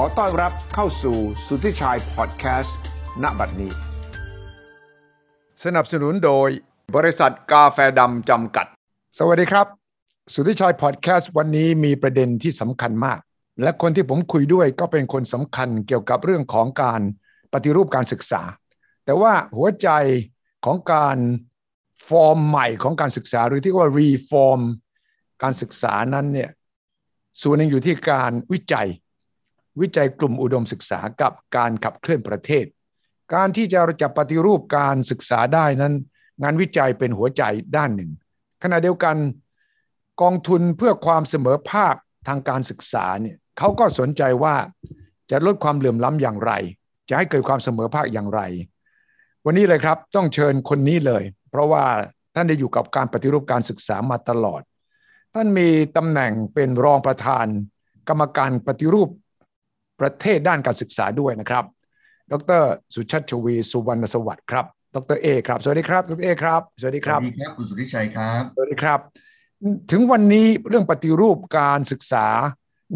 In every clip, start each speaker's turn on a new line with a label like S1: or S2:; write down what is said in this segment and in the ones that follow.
S1: อต้อนรับเข้าสู่สุทธิชัยพอดแคสต์ณบัดนี้ สนับสนุนโดยบริษัทกาแฟดำจำกัด สวัสดีครับ สุทธิชัยพอดแคสต์วันนี้มีประเด็นที่สำคัญมาก และคนที่ผมคุยด้วยก็เป็นคนสำคัญเกี่ยวกับเรื่องของการปฏิรูปการศึกษา แต่ว่าหัวใจของการฟอร์มใหม่ของการศึกษา หรือที่เรียกว่ารีฟอร์มการศึกษานั้นเนี่ยส่วนหนึ่งอยู่ที่การวิจัย วิจัยกลุ่มอุดมศึกษากับการขับเคลื่อนประเทศ การที่จะเราจะปฏิรูปการศึกษาได้นั้น งานวิจัยเป็นหัวใจด้านหนึ่ง ขณะเดียวกันกองทุนเพื่อความเสมอภาคทางการศึกษาเนี่ยเขาก็สนใจว่าจะลดความเหลื่อมล้ำอย่างไร จะให้เกิดความเสมอภาคอย่างไร วันนี้เลยครับต้องเชิญคนนี้เลย เพราะว่าท่านได้อยู่กับการปฏิรูปการศึกษามาตลอด ท่านมีตำแหน่งเป็นรองประธาน กรรมการปฏิรูปประเทศด้านการศึกษาด้วยนะครับ ดรสุชัชวีสุวรรณสวัสดิ์ครับ ดรเอครับ สวัสดีครับ ดรเอครับ สวัสดีครับ
S2: สวัสดีครับ คุณสุทธิชัยครับ
S1: สวัสดีครับ ถึงวันนี้เรื่องปฏิรูปการศึกษา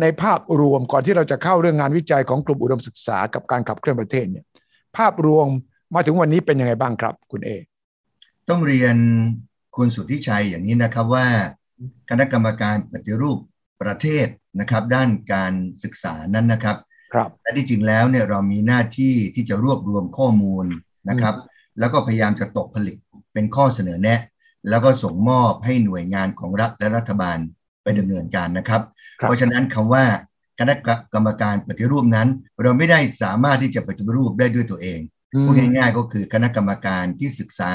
S1: ในภาพรวมก่อนที่เราจะเข้าเรื่องงานวิจัยของกลุ่มอุดมศึกษากับการขับเคลื่อนประเทศเนี่ยภาพรวมมาถึงวันนี้เป็นยังไงบ้างครับ คุณเอ
S2: ต้องเรียนคุณสุทธิชัยอย่างนี้นะครับว่า คณะกรรมการปฏิรูปประเทศนะครับ ด้านการศึกษานั้นนะครับ
S1: ครับ
S2: และที่จริงแล้วเนี่ยเรามีหน้าที่ที่จะรวบรวมข้อมูลนะครับ แล้วก็พยายามจะตกผลิตเป็นข้อเสนอแนะ แล้วก็ส่งมอบให้หน่วยงานของรัฐและรัฐบาลไปดำเนินการนะครับ
S1: ครับ
S2: เพราะฉะนั้นคำว่าคณะกรรมการปฏิรูปนั้น เราไม่ได้สามารถที่จะปฏิรูปได้ด้วยตัวเอง
S1: อืม
S2: พูดง่ายๆก็คือคณะกรรมการที่ศึกษา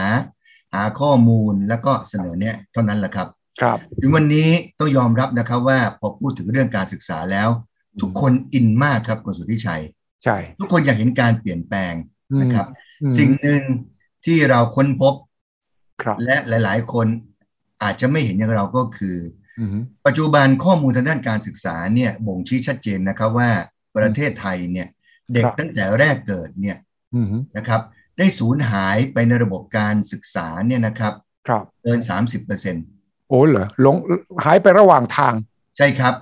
S2: หาข้อมูลแล้วก็เสนอเนี่ยเท่านั้นแหละครับ
S1: ครับ
S2: ถึงวันนี้ต้องยอมรับนะครับว่าพอพูดถึงเรื่องการศึกษาแล้ว ทุกคนอินมากครับคุณสุทธิชัย
S1: ใช่
S2: ทุกคนอยากเห็นการเปลี่ยนแปลง
S1: อืม
S2: นะครับ
S1: อืม
S2: สิ่งหนึ่งที่เราค้นพบ
S1: ครับ
S2: และหลาย ๆ คนอาจจะไม่เห็นอย่างเราก็คือ
S1: อืม
S2: ปัจจุบันข้อมูลทางด้านการศึกษาเนี่ยบ่งชี้ชัดเจนนะครับว่าประเทศไทยเนี่ยเด็กตั้งแต่แรกเกิดเนี่ย
S1: อืม
S2: นะครับได้สูญหายไปในระบบการศึกษาเนี่ยนะครับ
S1: ครับ
S2: เกิน 30%
S1: โอ้เหรอหลงหายไประหว่างทาง
S2: ใช่ครับ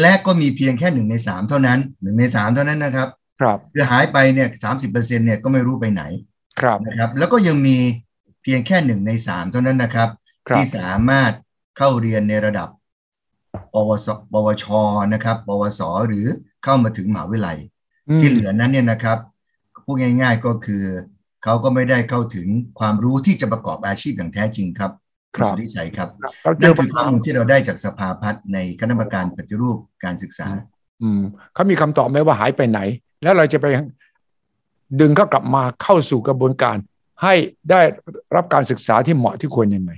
S2: และก็มีเพียงแค่หนึ่งในสามเท่านั้นหนึ่งในสามเท่านั้นนะครับ
S1: ครับ
S2: คือหายไปเนี่ยสามสิบเปอร์เซ็นเนี่ยก็ไม่รู้ไปไหน
S1: ครับ
S2: นะครับ แล้วก็ยังมีเพียงแค่หนึ่งในสามเท่านั้นนะครับ
S1: ครับ
S2: ที่สามารถเข้าเรียนในระดับ ปวสปวชนะครับ ปวสหรือเข้ามาถึงมหาวิทยาลัย ที่เหลือนั้นเนี่ยนะครับพูดง่าย ๆก็คือเขาก็ไม่ได้เข้าถึงความรู้ที่จะประกอบอาชีพอย่างแท้จริงครับ
S1: ครับ
S2: ณสุทธิชัยครับ
S1: ครับเราเจ
S2: นั่
S1: อน ปั
S2: คื
S1: ญ
S2: อข้อ
S1: หา
S2: มูลที่เราได้จากสภาพัฒน์ในคณะกรรมการปฏิรูปการศึกษา
S1: อืมเขามีคำตอบไหมว่าหายไปไหน แล้วเราจะไปดึงเขากลับมาเข้าสู่กระบวนการ ให้ได้รับการศึกษาที่เหมาะที่ควรยังไง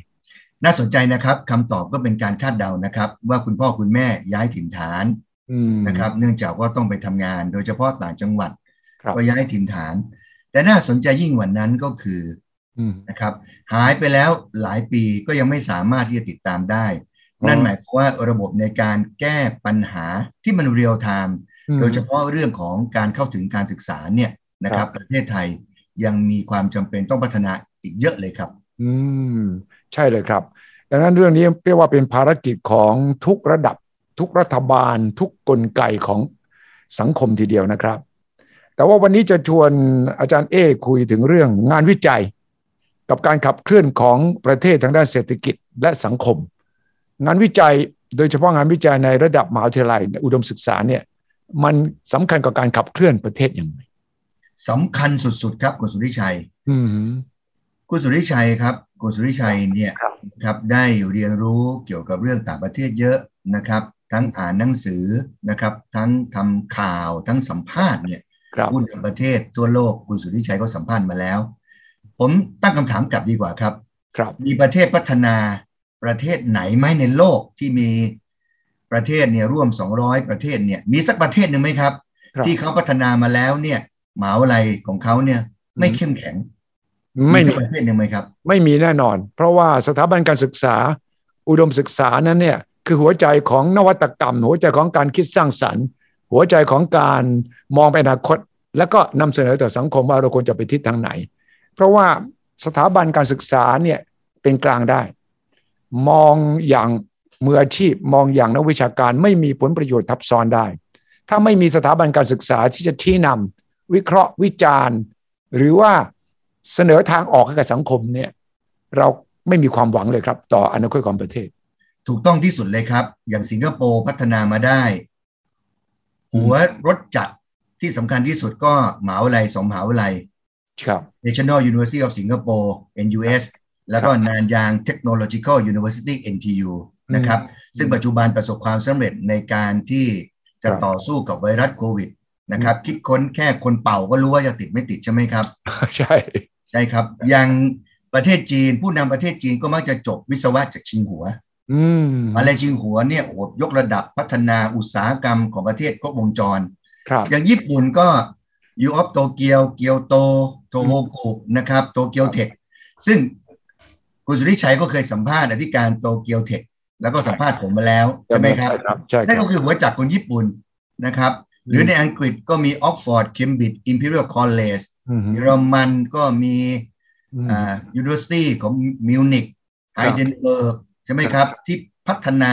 S2: น่าสนใจนะครับคำตอบก็เป็นการคาดเดานะครับ ว่าคุณพ่อคุณแม่ย้ายถิ่นฐาน
S1: อืม
S2: นะครับ เนื่องจากว่าต้องไปทำงาน โดยเฉพาะต่างจังหวัด
S1: ครับ
S2: ก็ย้ายถิ่นฐาน แต่น่าสนใจยิ่งกว่านั้นก็คือ
S1: อืม
S2: นะครับ หายไปแล้วหลายปีก็ยังไม่สามารถที่จะติดตามได้ นั่นหมายความว่าระบบในการแก้ปัญหาที่มันเรียลไทม์โดยเฉพาะเรื่องของการเข้าถึงการศึกษาเนี่ยนะค
S1: ครั
S2: รับ บ ประเทศไทยยังมีความจำเป็นต้องพัฒนาอีกเยอะเลยครับ
S1: อืม ใช่เลยครับ ดังนั้นเรื่องนี้เรียกว่าเป็นภารกิจของทุกระดับ ทุกรัฐบาล ทุกกลไกของสังคมทีเดียวนะครับ แต่ว่าวันนี้จะชวนอาจารย์เอคุยถึงเรื่องงานวิจัย กับการขับเคลื่อนของประเทศทางด้านเศรษฐกิจและสังคม งานวิจัยโดยเฉพาะงานวิจัยในระดับมหาวิทยาลัยในอุดมศึกษาเนี่ย มันสำคัญกับการขับเคลื่อนประเทศอย่างไร
S2: สำคัญสุดๆครับคุณสุริชัย
S1: อืม
S2: คุณสุริชัยครับคุณสุริชัยเนี่ย
S1: ครับ
S2: ครับได้เรียนรู้เกี่ยวกับเรื่องต่างประเทศเยอะนะครับ ทั้งอ่านหนังสือนะครับ ทั้งทำข่าวทั้งสัมภาษณ์เนี่ย
S1: ครับ
S2: ผู้นำประเทศทั่วโลกคุณสุริชัยก็สัมภาษณ์มาแล้ว ผมตั้งคำถามกลับดีกว่าครับ
S1: ครับ
S2: มีประเทศพัฒนาประเทศไหนไหมในโลกที่มีประเทศเนี่ยร่วม 200 ประเทศเนี่ยมีสักประเทศหนึ่งไหมครับ
S1: ครับ
S2: ที่เขาพัฒนามาแล้วเนี่ยหมหาวิทยาลัยของเขาเนี่ยไม่เข้มแข็ง
S1: ไม่
S2: สั
S1: มี
S2: กประเทศหนึ่งไหมครับ
S1: ไม่มีแน่นอน เพราะว่าสถาบันการศึกษา อุดมศึกษานั้นเนี่ยคือหัวใจของนวัตกรรม หัวใจของการคิดสร้างสรรค์ หัวใจของการมองไปอนาคต แล้วก็นำเสนอต่อสังคมว่าเราควรจะไปทิศทางไหน เพราะว่าสถาบันการศึกษาเนี่ยเป็นกลางได้ มองอย่างมืออาชีพ มองอย่างนักวิชาการไม่มีผลประโยชน์ทับซ้อนได้ ถ้าไม่มีสถาบันการศึกษาที่จะชี้นำวิเคราะห์วิจารณ์ หรือว่าเสนอทางออกให้กับสังคมเนี่ยเราไม่มีความหวังเลยครับ ต่ออนาคตของประเทศ
S2: ถูกต้องที่สุดเลยครับ อย่างสิงคโปร์พัฒนามาได้ หัวรถจักรที่สำคัญที่สุดก็หมหาวิทยาลัยสองมหาวิทยาลัย
S1: ครับ
S2: National University of Singapore NUS แล้วก็
S1: ครับ
S2: นานยาง Technological University NTU นะครับ ซึ่งปัจจุบันประสบความสำเร็จในการที่จะ
S1: ครับ
S2: ต่อสู้กับไวรัสโควิดนะครับ คิดค้นแค่คนเป่าก็รู้ว่าจะติดไม่ติดใช่ไหมครับ
S1: ใช่
S2: ใช่ครับ อย่างประเทศจีน ผู้นำประเทศจีนก็มักจะจบวิศวะจากชิงหัว
S1: อืม
S2: อะไรชิงหัวเนี่ยโอ้โหยกระดับพัฒนาอุตสาหกรรมของประเทศครบวงจร
S1: ครับ
S2: อย่างญี่ปุ่นก็ยูออฟโตเกียวเกียวโตโทโฮกุนะครับโตเกียวเทคซึ่งคุณสุริชัยก็เคยสัมภาษณ์อธิการโตเกียวเทคแล้วก็สัมภาษณ์ผมมาแล้ว ใช่ไหมครับ
S1: ใช่ค
S2: นั่น
S1: รับ
S2: ก็คือหัวจักรคนญี่ปุ่นนะครับ หรือในอังกฤษก็มีออกฟอร์ดเคมบริดจ์อิมพีเรียลคอลเลจ
S1: อืม
S2: เยอรมันก็มี
S1: ม
S2: อ่า University ของมิวนิก
S1: ครั
S2: ไฮ
S1: บ
S2: เดนเบิร์กใช่ไหมครับ ที่พัฒนา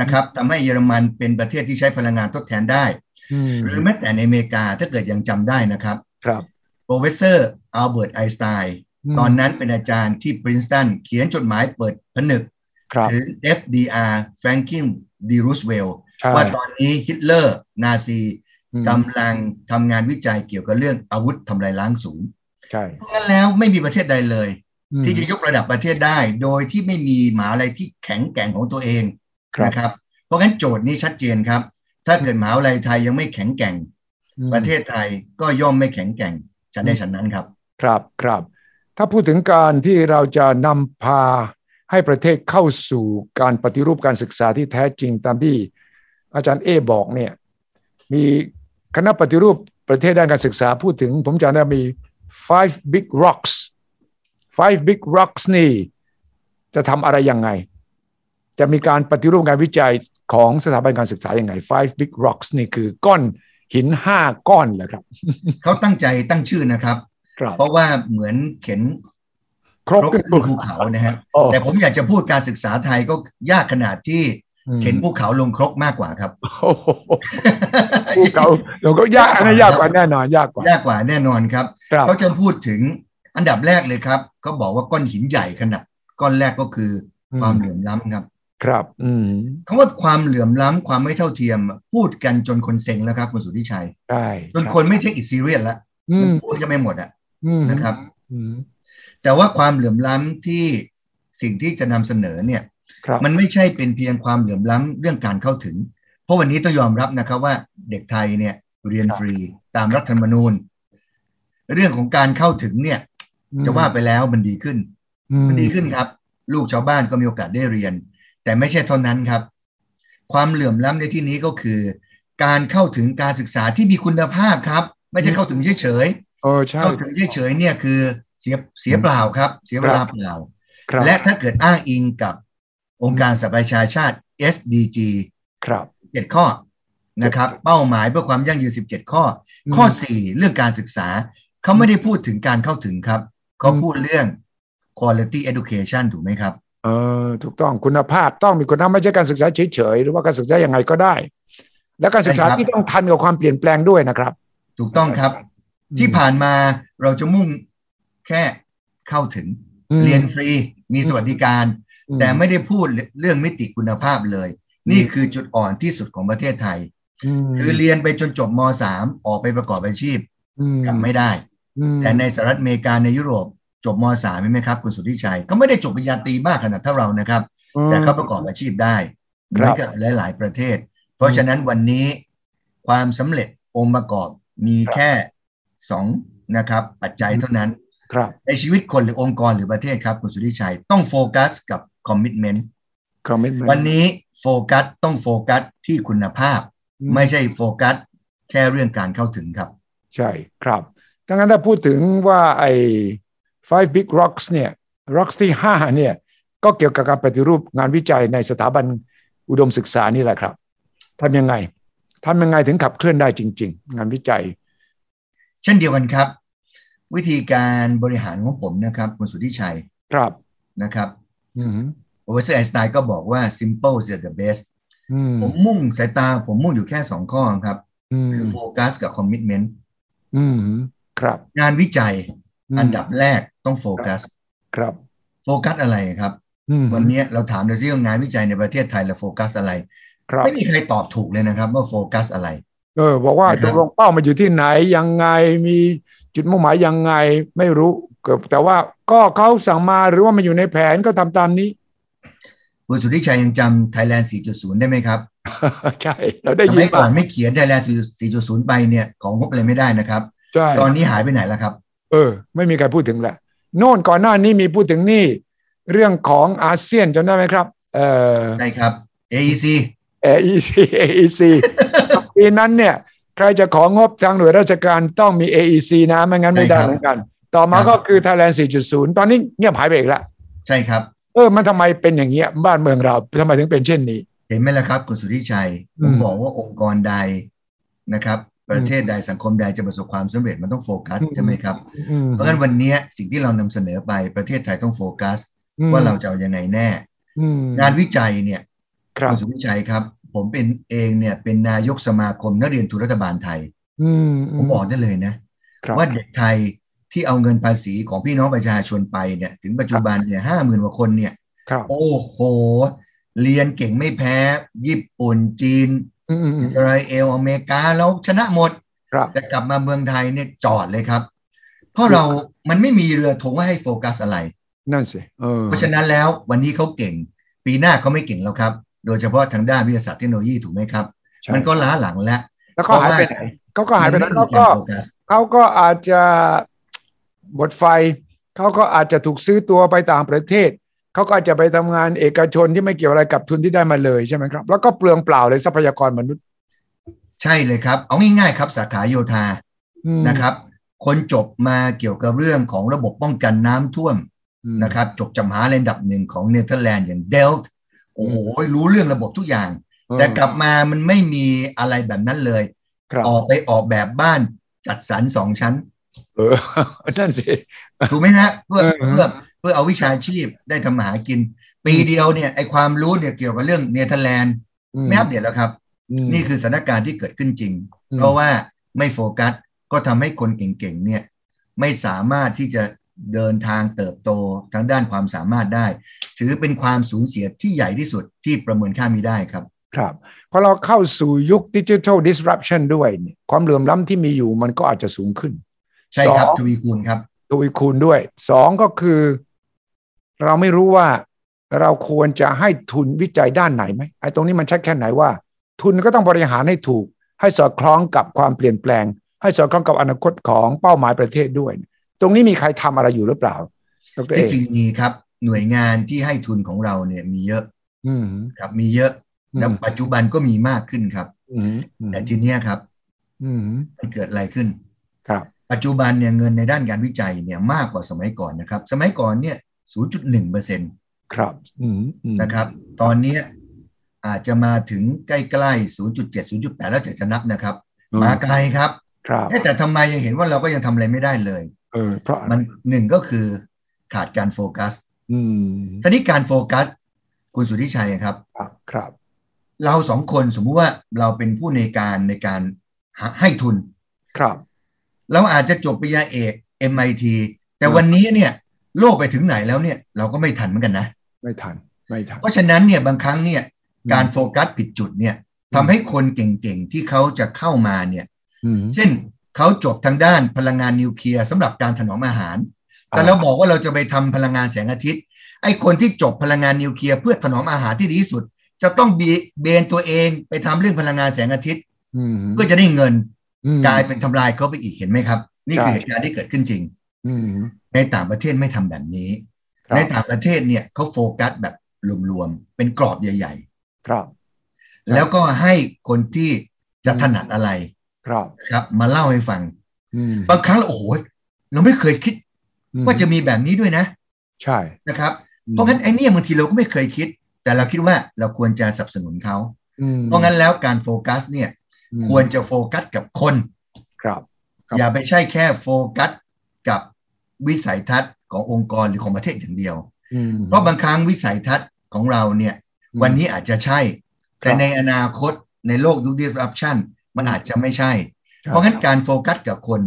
S2: นะครับทำให้เยอรมันเป็นประเทศที่ใช้พลังงานทดแทนได้
S1: อืม
S2: หรือแม้แต่ในอเมริกาถ้าเกิดยังจำได้นะครับ
S1: ครับ
S2: โปรเฟสเซอร์อัลเบิร์ตไอน์สไตน์ตอนนั้นเป็นอาจารย์ที่ปรินสตันเขียนจดหมายเปิดผนึก
S1: ครับ
S2: ถึง FDR Franklin D Roosevelt
S1: ใช่
S2: ว่าตอนนี้ฮิตเลอร์นาซี
S1: อืม
S2: กำลังทำงานวิจัยเกี่ยวกับเรื่องอาวุธทำลายล้างศูนย์
S1: ใช่
S2: เพราะงั้นแล้วไม่มีประเทศใดเลย
S1: อืม
S2: ที่จะยกระดับประเทศได้ โดยที่ไม่มีหมหาอะไรที่แข็งแกร่งของตัวเอง
S1: ครับ
S2: นะครับ เพราะงั้นโจทย์นี้ชัดเจนครับ ถ้าเกิดหมหาวิทยาลัยไทยยังไม่แข็งแกร่ง
S1: อืม
S2: ประเทศไทยก็ย่อมไม่แข็งแกร่งฉันได้ฉันนั้นครับ
S1: ครับครับถ้าพูดถึงการที่เราจะนำพาให้ประเทศเข้าสู่การปฏิรูปการศึกษาที่แท้จริงตามที่อาจารย์เอบอกเนี่ยมีคณะปฏิรูปประเทศด้านการศึกษาพูดถึง ผมจำได้มี five big rocks five big rocks นี่จะทำอะไรยังไง จะมีการปฏิรูปงานวิจัยของสถาบันการศึกษายังไง five big rocks นี่คือก้อนหินห้าก้อนเหรอครับ
S2: เขาตั้งใจตั้งชื่อนะครับ
S1: ครับ
S2: เพราะว่าเหมือนเข็น
S1: ครบ
S2: รก
S1: ขึ้น
S2: ขึ้นภูเขานะฮะ
S1: โอ้
S2: แต่ผมอยากจะพูดการศึกษาไทยก็ยากขนาดที่
S1: อืม
S2: เข็นภูเขาลงครกมากกว่าครับ
S1: โอ้โหภูเขาเราก็ยากอันนั้นยากกว่าแน่นอนยากกว่าย
S2: ากกว่าแน่นอนครับ
S1: ครับ
S2: เขาจะพูดถึงอันดับแรกเลยครับเขาบอกว่าก้อนหินใหญ่ขนาดก้อนแรกก็คือความเหลื่อมล้ำครับ
S1: ครับ อืม
S2: คำว่าความเหลื่อมล้ำความไม่เท่าเทียม พูดกันจนคนเซ็งแล้วครับคุณสุทธิชัย
S1: ใช่
S2: จนคนไม่เทคอิซีเรียสแล้ว
S1: อื
S2: มัน
S1: ม
S2: พูดกันไม่หมดอะ
S1: อืม
S2: นะครับ
S1: อืม
S2: แต่ว่าความเหลื่อมล้ำที่สิ่งที่จะนำเสนอเนี่ย
S1: ครับ
S2: มันไม่ใช่เป็นเพียงความเหลื่อมล้ำเรื่องการเข้าถึง เพราะวันนี้ต้องยอมรับนะครับว่าเด็กไทยเนี่ยเรียนฟรีตามรัฐธรรมนูญ เรื่องของการเข้าถึงเนี่ยจะว่าไปแล้วมันดีขึ้น
S1: อืม
S2: มันดีขึ้นครับ ลูกชาวบ้านก็มีโอกาสได้เรียน แต่ไม่ใช่เท่านั้นครับ ความเหลื่อมล้ำในที่นี้ก็คือ การเข้าถึงการศึกษาที่มีคุณภาพครับ ไม่ใช่เข้าถึงเฉย
S1: เออ
S2: ๆ
S1: ใช่
S2: เข้าถึงเฉยๆเนี่ยคือเสียเสียเปล่าครับ เสียเวลาเปล่า
S1: ครับ
S2: และถ้าเกิดอ้างอิงกับองค์การสหประชาชาติ SDG
S1: ครับ
S2: 7 ข้อนะครับ เป้าหมายเพื่อความยั่งยืน 17 ข้อ
S1: อืม
S2: ข้อ 4 เรื่องการศึกษา เขาไม่ได้พูดถึงการเข้าถึงครับ เขา
S1: อืม
S2: พูดเรื่อง quality education ถูกไหมครับ
S1: เออถูกต้องคุณภาพต้องมีคุณภาพไม่ใช่การศึกษาเฉยๆหรือว่าการศึกษายังไงก็ได้ และการศึกษา
S2: ใช่ครับ
S1: ที่ต้องทันกับความเปลี่ยนแปลงด้วยนะครับ
S2: ถูกต้องครับ ที่ผ่านมาเราจะมุ่งแค่เข้าถึง
S1: อืม
S2: เรียนฟรีมีสวัสดิการ
S1: อืม
S2: แต่ไม่ได้พูดเรื่องมิติคุณภาพเลย นี่คือจุดอ่อนที่สุดของประเทศไทย
S1: ม
S2: คือเรียนไปจนจบม .3 ออกไปประกอบอาชีพ
S1: ม
S2: กลับไม่ได้
S1: อืม
S2: แต่ในสหรัฐอเมริกาในยุโรปจบม .3 ใช่ไหมครับ คุณสุทธิชัยก็ไม่ได้จบปริญญาตรีมากขนาดเท่าเรานะครับ แต่เขาประกอบอาชีพได้เหมือนกับหลาย ๆ ประเทศ เพราะฉะนั้นวันนี้ความสำเร็จองค์ประกอบมีแค่สองนะครับ ปัจจัยเท่านั้น
S1: ครับ
S2: ในชีวิตคนหรือองค์กรหรือประเทศครับ คุณสุทธิชัยต้องโฟกัสกับคอมมิ t เมนต์
S1: commitment
S2: วันนี้โฟกัสต้องโฟกัสที่คุณภาพ
S1: อืม
S2: ไม่ใช่โฟกัสแค่เรื่องการเข้าถึงครับ
S1: ใช่ครับดังนั้นถ้าพูดถึงว่าไอ้ five big rocks เนี่ย rocks ที่ ห้าเนี่ย ก็เกี่ยวกับการปฏิรูปงานวิจัยในสถาบันอุดมศึกษานี่แหละครับทำยังไงทำยังไงถึงขับเคลื่อนได้จริง ๆ งานวิจัย
S2: เช่นเดียวกันครับ วิธีการบริหารของผมนะครับคุณสุทธิชัย
S1: ครับ
S2: นะครับ
S1: อืม
S2: โอเวอร์ไอน์สไตน์ก็บอกว่า simple is the best
S1: อืม
S2: ผมมุ่งสายตาผมมุ่งอยู่แค่ 2 ข้อครับ
S1: อืม
S2: คือโฟกัสกับคอมมิชเมนต์
S1: อืมครับ
S2: งานวิจัย
S1: ม
S2: อันดับแรกต้องโฟกัส
S1: ครับ
S2: โฟกัสอะไรครับ
S1: อืม
S2: วันนี้เราถามดูซิว่างานวิจัยในประเทศไทยเราโฟกัสอะไร
S1: ครับ
S2: ไม่มีใครตอบถูกเลยนะครับว่าโฟกัสอะไร
S1: เออบอกว่า
S2: นะค
S1: ต
S2: รับ
S1: กลงเป้ามันอยู่ที่ไหนยังไงมีจุดมุ่งหมายยังไงไม่รู้เกือบแต่ว่าก็เขาสั่งมาหรือว่ามันอยู่ในแผนก็ทำตามนี้
S2: คุณสุทธิชัยยังจำ Thailand 4.0 ได้ไหมครับ
S1: ใช่ เราได้
S2: ส
S1: ยิ
S2: มั
S1: น
S2: ยก่อนไม่เขียน Thailand 4.0 ไปเนี่ยของงบอะไรไม่ได้นะครับ
S1: ใช่
S2: ตอนนี้หายไปไหนแล้วครับ
S1: เออ ไม่มีใครพูดถึงแหละโน่นก่อนหน้านี้มีพูดถึงนี่ เรื่องของอาเซียนจำได้ไหมครับ เออ
S2: ได้ครับ AEC
S1: AEC AEC ปีนั้นเนี่ย ใครจะของบทางหน่วยราชการต้องมี AEC นะไม่งั้นไม่ได้
S2: ใช่ครั
S1: เห
S2: บ
S1: มือนกัน ต่อมา
S2: ครับ
S1: ก็คือ Thailand 4.0 ตอนนี้เงียบหายไปอีกแล้ว
S2: ใช่ครับ
S1: เออ มันทำไมเป็นอย่างเงี้ย บ้านเมืองเราทำไมถึงเป็นเช่นนี้
S2: เห็นไหมล่ะครับคุณสุทธิชัย
S1: อื
S2: ผม มบอกว่าองค์กรใดนะครับ ประเทศใดสังคมใดจะประสบความสำเร็จมันต้องโฟกัส
S1: อืม
S2: ใช่ไหมครับ
S1: อืม
S2: เพราะฉะนั้นวันเนี้ยสิ่งที่เรานำเสนอไปประเทศไทยต้องโฟกัส ว่าเราจะเอายังไงแน่
S1: อืม
S2: งานวิจัยเนี่ย
S1: ครับ
S2: คุณสุทธิชัยครับ ผมเป็นเองเนี่ยเป็นนายกสมาคมนักเรียนทุนรัฐบาลไทย
S1: อืม
S2: ผมบอกได้เลยนะ
S1: ครับ
S2: ว่าเด็กไทยที่เอาเงินภาษีของพี่น้องประชาชนไปเนี่ยถึงปัจจุบันเนี่ยห้าหมื่นกว่าคนเนี่ย
S1: ครับ
S2: โอ้โห เรียนเก่งไม่แพ้ ญี่ปุ่นจีน
S1: อืมอืมอื
S2: อิ
S1: ม
S2: สราเอลอเมริกาแล้วชนะหมด
S1: ครับ
S2: แต่กลับมาเมืองไทยเนี่ยจอดเลยครับ เพราะเรามันไม่มีเรือธงว่าให้โฟกัสอะไร
S1: นั่นสิเออ
S2: เพราะฉะนั้นแล้ววันนี้เขาเก่ง ปีหน้าเขาไม่เก่งแล้วครับ โดยเฉพาะทางด้านวิทยาศาสตร์เทคโนโลยีถูกไหมครับ
S1: ใช่
S2: มันก็ล้าหลังแล้ว
S1: แล้วก็หายไปไหนเขาก็หายไปไหน
S2: มัม่
S1: เขา
S2: มีกา
S1: ก็
S2: รโฟกัส
S1: เขาก็อาจจะบทไฟ เขาก็อาจจะถูกซื้อตัวไปต่างประเทศ เขาก็อาจจะไปทำงานเอกชนที่ไม่เกี่ยวอะไรกับทุนที่ได้มาเลยใช่ไหมครับ แล้วก็เปลืองเปล่าเลยทรัพยากรมนุษย์
S2: ใช่เลยครับ เอาง่ายๆครับสาขาโยธา
S1: อืม
S2: นะครับ คนจบมาเกี่ยวกับเรื่องของระบบป้องกันน้ำท่วม
S1: อืม
S2: นะครับ จบจำหาระดับหนึ่งของเนเธอร์แลนด์อย่างเดลต์โอ้โห รู้เรื่องระบบทุกอย่าง แต่กลับมามันไม่มีอะไรแบบนั้นเลย
S1: ครับ
S2: ออกไปออกแบบบ้านจัดสรรสองชั้น
S1: เออ นั่นสิ
S2: ถูกไหมนะเพื่อ
S1: เออเออ
S2: เพื่อเพื่อเอาวิชาชีพได้ทำมาหากิน ปีเดียวเนี่ยไอความรู้เนี่ยเกี่ยวกับเรื่องเนเธอร์แลนด์ไม่อัปเดตแล้วครับ
S1: อืม
S2: นี่คือสถานการณ์ที่เกิดขึ้นจริง
S1: อืม
S2: เพราะว่าไม่โฟกัสก็ทำให้คนเก่งๆเนี่ยไม่สามารถที่จะเดินทางเติบโตทางด้านความสามารถได้ ถือเป็นความสูญเสียที่ใหญ่ที่สุดที่ประเมินค่าไม่ได้ครับ
S1: ครับพอเราเข้าสู่ยุคดิจิทัล disruption ด้วยเนี่ยความเหลื่อมล้ำที่มีอยู่มันก็อาจจะสูงขึ้น
S2: ใช่ครับ
S1: สอง
S2: ทวีคูณครับ
S1: ทวีคูณด้วยสองก็คือ เราไม่รู้ว่าเราควรจะให้ทุนวิจัยด้านไหนไหมไอ้ตรงนี้มันชัดแค่ไหนว่า ทุนก็ต้องบริหารให้ถูก ให้สอดคล้องกับความเปลี่ยนแปลง ให้สอดคล้องกับอนาคตของเป้าหมายประเทศด้วย ตรงนี้มีใครทำอะไรอยู่หรือเปล่าดรเอ
S2: ที่
S1: ก
S2: จริงมีครับหน่วยงานที่ให้ทุนของเราเนี่ยมีเยอะ
S1: อืม
S2: ครับมีเยอะ
S1: อื
S2: และ
S1: ม
S2: ปัจจุบันก็มีมากขึ้นครับ
S1: อืมอืม
S2: แต่ทีเนี้ยครับ
S1: อืม
S2: มันเกิดอะไรขึ้น
S1: ครับ
S2: ปัจจุบันเนี่ยเงินในด้านการวิจัยเนี่ยมากกว่าสมัยก่อนนะครับ สมัยก่อนเนี่ย 0.1เปอร์เซ็นต์
S1: ครับ อืมอืม
S2: นะครับ ตอนเนี้ยอาจจะมาถึงใกล้ๆ 0.7 0.8 แล้วแต่จะนับนะครับ มาไกลครับ
S1: ครับ
S2: เอ๊ะแต่ทำไมยังเห็นว่าเราก็ยังทำอะไรไม่ได้เลย
S1: เออ เพราะอะไร
S2: มันหนึ่งก็คือขาดการโฟกัส
S1: อืม
S2: ทีนี้การโฟกัส คุณสุทธิชัยครับ
S1: ครับครับ
S2: เราสองคนสมมุติว่าเราเป็นผู้ในวยการในการหาให้ทุน
S1: ครับ
S2: เราอาจจะจบปริญญาเอก MIT แต่วันนี้เนี่ยโลกไปถึงไหนแล้วเนี่ยเราก็ไม่ทันเหมือนกันนะ
S1: ไม่ทันไม่ทัน
S2: เพราะฉะนั้นเนี่ยบางครั้งเนี่ยการโฟกัสผิดจุดเนี่ยทำให้คนเก่งๆ ที่เขาจะเข้ามาเนี่ย
S1: อืม
S2: เช่นเขาจบทางด้านพลังงานนิวเคลียร์สำหรับการถนอมอาหาร แต่เราบอกว่าเราจะไปทำพลังงานแสงอาทิตย์ ไอ้คนที่จบพลังงานนิวเคลียร์เพื่อถนอมอาหารที่ดีที่สุด จะต้องเบเบนตัวเองไปทำเรื่องพลังงานแสงอาทิตย์
S1: อืม
S2: เพื่อจะได้เงิน
S1: อืม
S2: กลายเป็นทำลายเขาไปอีกเห็นไหมครับ นี่คื
S1: ใช่
S2: อเหตุการณ์ที่เกิดขึ้นจริง
S1: อืม
S2: ในต่างประเทศไม่ทำแบบนี้
S1: ครับ
S2: ในต่างประเทศเนี่ยเขาโฟกัสแบบรวมๆเป็นกรอบใหญ่
S1: ครับ
S2: ๆ แล้วก็ให้คนที่จะถนัดอะไร
S1: ครับ
S2: ครับ มาเล่าให้ฟัง
S1: อืม
S2: บางครั้งเราโอ้โหเราไม่เคยคิดว่าจะมีแบบนี้ด้วยนะ
S1: ใช่
S2: นะครับ เพราะงั้นไอ้เนี่ยบางทีเราก็ไม่เคยคิด แต่เราคิดว่าเราควรจะสนับสนุนเขา
S1: อืม
S2: เพราะงั้นแล้วการโฟกัสเนี่ย
S1: อืม
S2: ควรจะโฟกัสกับคน
S1: ครับ ครับ
S2: อย่าไปใช่แค่โฟกัสกับวิสัยทัศน์ขององค์กรหรือของประเทศอย่างเดียว
S1: อืม
S2: เพราะบางครั้งวิสัยทัศน์ของเราเนี่ย วันนี้อาจจะใช่ แต่ในอนาคตในโลกยุค disruption มันอาจจะไม่ใช่ เพราะงั้นการโฟกัสกับคน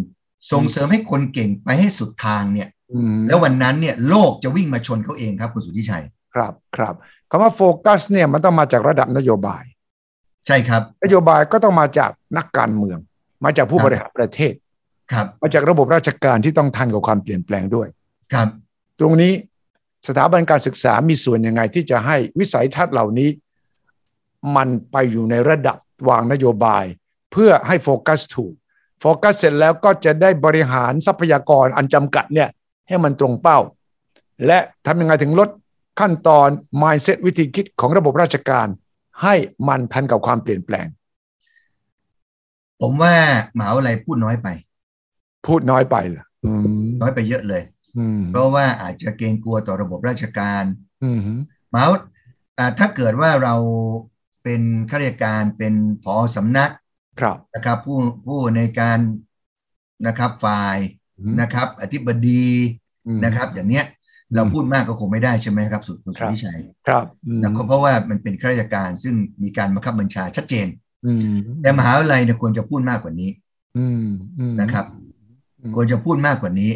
S2: ส่งเสริมให้คนเก่งไปให้สุดทางเนี่ย
S1: อืม
S2: แล้ววันนั้นเนี่ยโลกจะวิ่งมาชนเขาเองครับคุณสุทธิชัย
S1: ครับครับคำว่าโฟกัสเนี่ยมันต้องมาจากระดับนโยบาย
S2: ใช่ครับ
S1: นโยบายก็ต้องมาจากนักการเมือง มาจากผู้บริหารประเทศ
S2: ครับ
S1: มาจากระบบราชการที่ต้องทันกับความเปลี่ยนแปลงด้วย
S2: ครับ
S1: ตรงนี้สถาบันการศึกษามีส่วนยังไงที่จะให้วิสัยทัศน์เหล่านี้ มันไปอยู่ในระดับวางนโยบาย เพื่อให้โฟกัสถูกโฟกัสเสร็จแล้วก็จะได้บริหารทรัพยากรอันจำกัดเนี่ยให้มันตรงเป้า และทำยังไงถึงลดขั้นตอน mindset วิธีคิดของระบบราชการ ให้มันทันกับความเปลี่ยนแปลง
S2: ผมว่ามหาวิทยาลัยพูดน้อยไป
S1: พูดน้อยไปเหรออืม
S2: น้อยไปเยอะเลย
S1: อืม
S2: เพราะว่าอาจจะเกรงกลัวต่อระบบราชการ
S1: อืม
S2: มหาวิอ่าถ้าเกิดว่าเราเป็นข้าราชการเป็นผอสำนัก
S1: ครับ
S2: นะครับ ผู้ผู้ในการนะครับฝ่ายนะครับ อธิบดี
S1: อืม
S2: นะครับ อย่างเนี้ยเรา
S1: อืม
S2: พูดมากก็คงไม่ได้ใช่ไหมครับสุดคุณ
S1: ค
S2: สุ
S1: รับ
S2: ทธิชัย
S1: ครับอืม
S2: นะก็เพราะว่ามันเป็นข้าราชการซึ่งมีการบังคับบัญชาชัดเจน
S1: อืม
S2: แต่มหาวิทยาลัยเนี่ยควรจะพูดมากกว่านี้
S1: อืมอืม
S2: นะครับ
S1: อืม
S2: ควรจะพูดมากกว่านี้